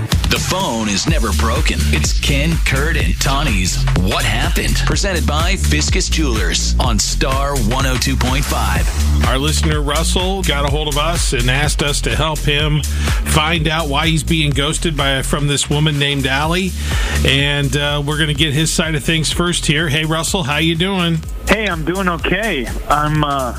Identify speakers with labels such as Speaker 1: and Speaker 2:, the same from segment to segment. Speaker 1: The phone is never broken. It's Ken, Kurt, and Tawny's What Happened? Presented by Fiscus Jewelers on Star 102.5.
Speaker 2: Our listener Russell got a hold of us and asked us to help him find out why he's being ghosted by from this woman named Allie. And uh, we're going to get his side of things first here. Hey, Russell, how you doing?
Speaker 3: Hey, I'm doing okay. I'm uh,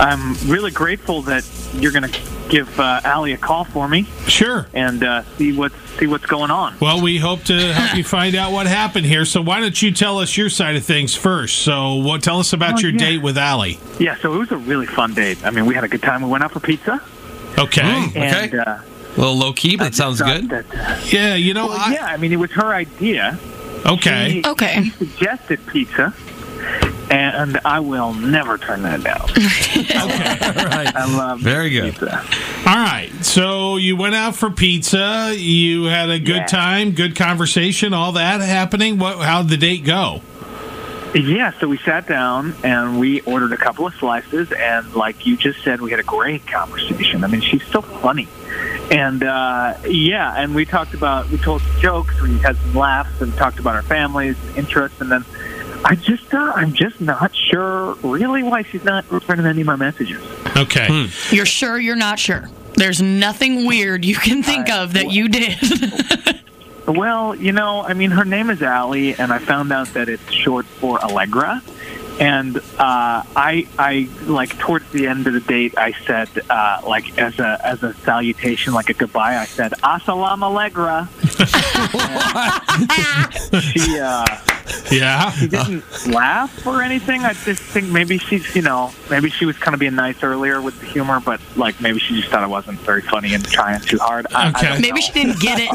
Speaker 3: I'm really grateful that you're gonna give uh, Allie a call for me
Speaker 2: Sure.
Speaker 3: and uh, see what's see what's going on.
Speaker 2: Well, we hope to help you find out what happened here. So why don't you tell us your side of things first? So what? Tell us about
Speaker 3: Oh,
Speaker 2: your
Speaker 3: yeah.
Speaker 2: date with Allie.
Speaker 3: Yeah, so it was a really fun date. I mean, we had a good time. We went out for pizza,
Speaker 2: Okay.
Speaker 3: and uh,
Speaker 4: A little low key, but
Speaker 3: I
Speaker 4: it sounds
Speaker 3: thought
Speaker 4: good.
Speaker 3: That, uh,
Speaker 2: Yeah. You know.
Speaker 3: well,
Speaker 2: I,
Speaker 3: yeah, I mean, it was her idea.
Speaker 2: Okay.
Speaker 3: She
Speaker 5: Okay.
Speaker 3: suggested pizza, and I will never turn that down.
Speaker 4: right.
Speaker 3: I love
Speaker 4: Very good.
Speaker 3: pizza.
Speaker 2: All right. So you went out for pizza. You had a good
Speaker 3: Yeah.
Speaker 2: time, good conversation, all that happening. What? How'd the date go?
Speaker 3: Yeah, so we sat down and we ordered a couple of slices, and like you just said, we had a great conversation. I mean, she's so funny, and uh, yeah, and we talked about we told some jokes, we had some laughs, and talked about our families, and interests, and then I just uh, I'm just not sure really why she's not returning any of my messages.
Speaker 2: Okay.
Speaker 3: Hmm.
Speaker 5: You're sure you're not sure. There's nothing weird you can think of that you did.
Speaker 3: Well, you know, I mean, her name is Allie, and I found out that it's short for Allegra. And uh, I, I like towards the end of the date, I said uh, like as a as a salutation, like a goodbye. I said "Assalam Allegra." she uh,
Speaker 2: Yeah.
Speaker 3: she didn't laugh or anything. I just think maybe she's you know maybe she was kind of being nice earlier with the humor, but like maybe she just thought I wasn't very funny and trying too hard. I- I
Speaker 2: Okay.
Speaker 3: don't know.
Speaker 5: Maybe she didn't get it.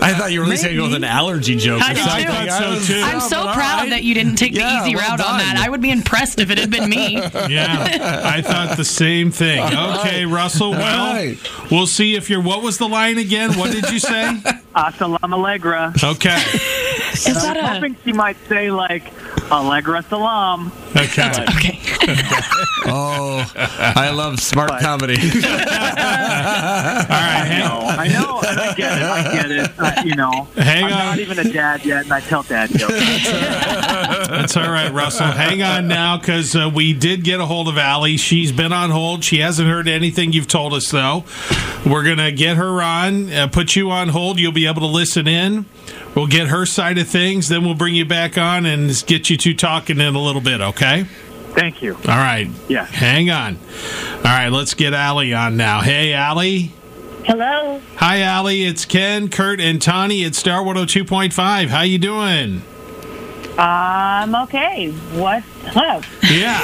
Speaker 4: I thought you were at least going to go with an allergy joke.
Speaker 5: I
Speaker 4: or
Speaker 5: did
Speaker 4: something.
Speaker 5: too.
Speaker 2: I thought so, too.
Speaker 5: I'm so
Speaker 4: All
Speaker 5: proud
Speaker 4: right.
Speaker 5: that you didn't take the
Speaker 4: Yeah,
Speaker 5: easy
Speaker 4: well
Speaker 5: route on
Speaker 4: done.
Speaker 5: that. I would be impressed if it had been me.
Speaker 2: Yeah. I thought the same thing. Okay, Russell. Well,
Speaker 4: right.
Speaker 2: we'll see if you're. What was the line again? What did you say?
Speaker 3: Assalam Allegra.
Speaker 2: Okay.
Speaker 5: Is
Speaker 3: I
Speaker 5: that
Speaker 3: was
Speaker 5: a
Speaker 3: hoping she might say like Allegra Salam.
Speaker 2: Okay.
Speaker 5: okay?
Speaker 4: Oh, I love smart comedy.
Speaker 2: All right. Hang,
Speaker 3: I know, and I get it. I get it. I, you know,
Speaker 2: Hang
Speaker 3: I'm
Speaker 2: on.
Speaker 3: not even a dad yet, and I tell dad jokes.
Speaker 2: That's all right, Russell. Hang on now, because uh, we did get a hold of Allie. She's been on hold. She hasn't heard anything you've told us, though. We're going to get her on, uh, put you on hold. You'll be able to listen in. We'll get her side of things. Then we'll bring you back on and get you two talking in a little bit, okay?
Speaker 3: Thank you.
Speaker 2: All right.
Speaker 3: Yeah.
Speaker 2: Hang on. All right, let's get Allie on now. Hey, Allie.
Speaker 6: Hello.
Speaker 2: Hi, Allie. It's Ken, Kurt, and Tawny at Star 102.5. How you doing?
Speaker 6: I'm Um, okay. What's up?
Speaker 2: Yeah.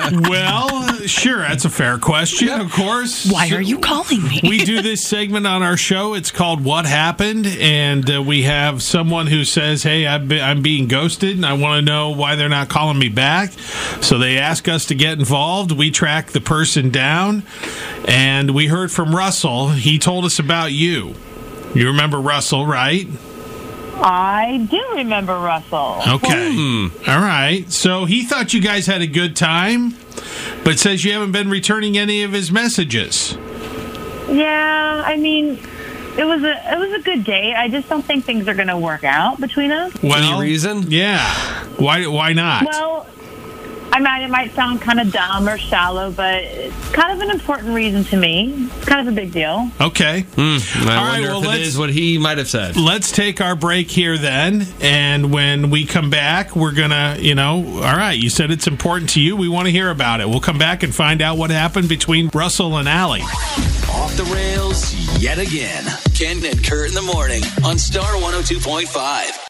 Speaker 2: well, sure, that's a fair question, of course.
Speaker 5: Why are you calling me?
Speaker 2: We do this segment on our show. It's called What Happened, and uh, we have someone who says, "Hey, I've been, I'm being ghosted, and I want to know why they're not calling me back." So they ask us to get involved. We track the person down, and we heard from Russell. He told us about you. You remember Russell, right?
Speaker 6: I do remember Russell.
Speaker 2: Okay.
Speaker 4: Hmm.
Speaker 2: All right. So he thought you guys had a good time, but says you haven't been returning any of his messages.
Speaker 6: Yeah, I mean, it was a it was a good date. I just don't think things are going to work out between us.
Speaker 2: Well,
Speaker 4: reason?
Speaker 2: Yeah. Why? Why not?
Speaker 6: Well, I mean, it might sound kind of dumb or shallow, but it's kind of an important reason to me. It's kind of a big deal.
Speaker 2: okay.
Speaker 4: Hmm, I
Speaker 2: All right,
Speaker 4: wonder
Speaker 2: well,
Speaker 4: if it
Speaker 2: let's-
Speaker 4: is what he might have said.
Speaker 2: Let's take our break here then, and when we come back, we're gonna, you know, all right. You said it's important to you. We want to hear about it. We'll come back and find out what happened between Russell and Allie.
Speaker 1: Off the oh rails yet again. Ken and Kurt in the morning on Star 102.5.